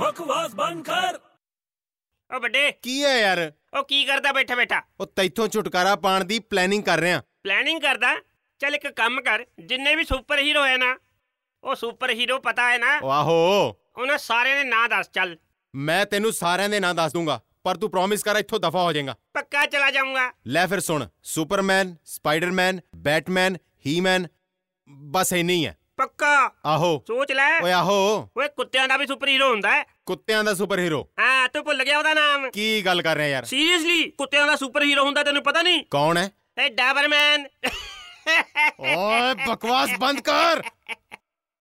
ਬਕਵਾਸ ਬੰਦ ਕਰ ਓ ਵੱਡੇ ਕੀ ਹੈ ਯਾਰ ਓ ਕੀ ਕਰਦਾ ਬੈਠਾ ਬੈਠਾ ਉਹ ਤੈਥੋਂ ਛੁਟਕਾਰਾ ਪਾਣ ਦੀ ਪਲੈਨਿੰਗ ਕਰ ਰਿਹਾ ਪਲੈਨਿੰਗ ਕਰਦਾ ਚੱਲ ਇੱਕ ਕੰਮ ਕਰ ਜਿੰਨੇ ਵੀ ਸੁਪਰ ਹੀਰੋ ਹੈ ਨਾ ਉਹ ਸੁਪਰ ਹੀਰੋ ਪਤਾ ਹੈ ਨਾ ਉਹ ਆਹੋ ਉਹਨਾਂ ਸਾਰਿਆਂ ਦੇ ਨਾਂ ਦੱਸ ਚੱਲ ਮੈਂ ਤੈਨੂੰ ਸਾਰਿਆਂ ਦੇ ਨਾਂ ਦੱਸ ਦੂੰਗਾ ਪਰ ਤੂੰ ਪ੍ਰੋਮਿਸ ਕਰ ਇੱਥੋਂ ਦਫਾ ਹੋ ਜਾਏਗਾ ਪੱਕਾ ਚਲਾ ਜਾਊਂਗਾ ਲੈ ਫਿਰ ਸੁਣ ਸੁਪਰਮੈਨ ਸਪਾਈਡਰਮੈਨ ਬੈਟਮੈਨ ਹੀਮੈਨ ਬਸ ਇੰਨੀ ਹੈ ਪੱਕਾ ਆਹੋ ਸੋਚ ਲੈ ਓਏ ਆਹੋ ਓਏ ਕੁੱਤਿਆਂ ਦਾ ਵੀ ਸੁਪਰ ਹੀਰੋ ਹੁੰਦਾ ਹੈ ਕੁੱਤਿਆਂ ਦਾ ਸੁਪਰ ਹੀਰੋ ਹਾਂ ਤੂੰ ਭੁੱਲ ਗਿਆ ਉਹਦਾ ਨਾਮ ਕੀ ਗੱਲ ਕਰ ਰਿਹਾ ਯਾਰ ਸੀਰੀਅਸਲੀ ਕੁੱਤਿਆਂ ਦਾ ਸੁਪਰ ਹੀਰੋ ਹੁੰਦਾ ਤੈਨੂੰ ਪਤਾ ਨਹੀਂ ਕੌਣ ਹੈ ਏ ਡਾਬਰਮੈਨ ਓਏ ਬਕਵਾਸ ਬੰਦ ਕਰ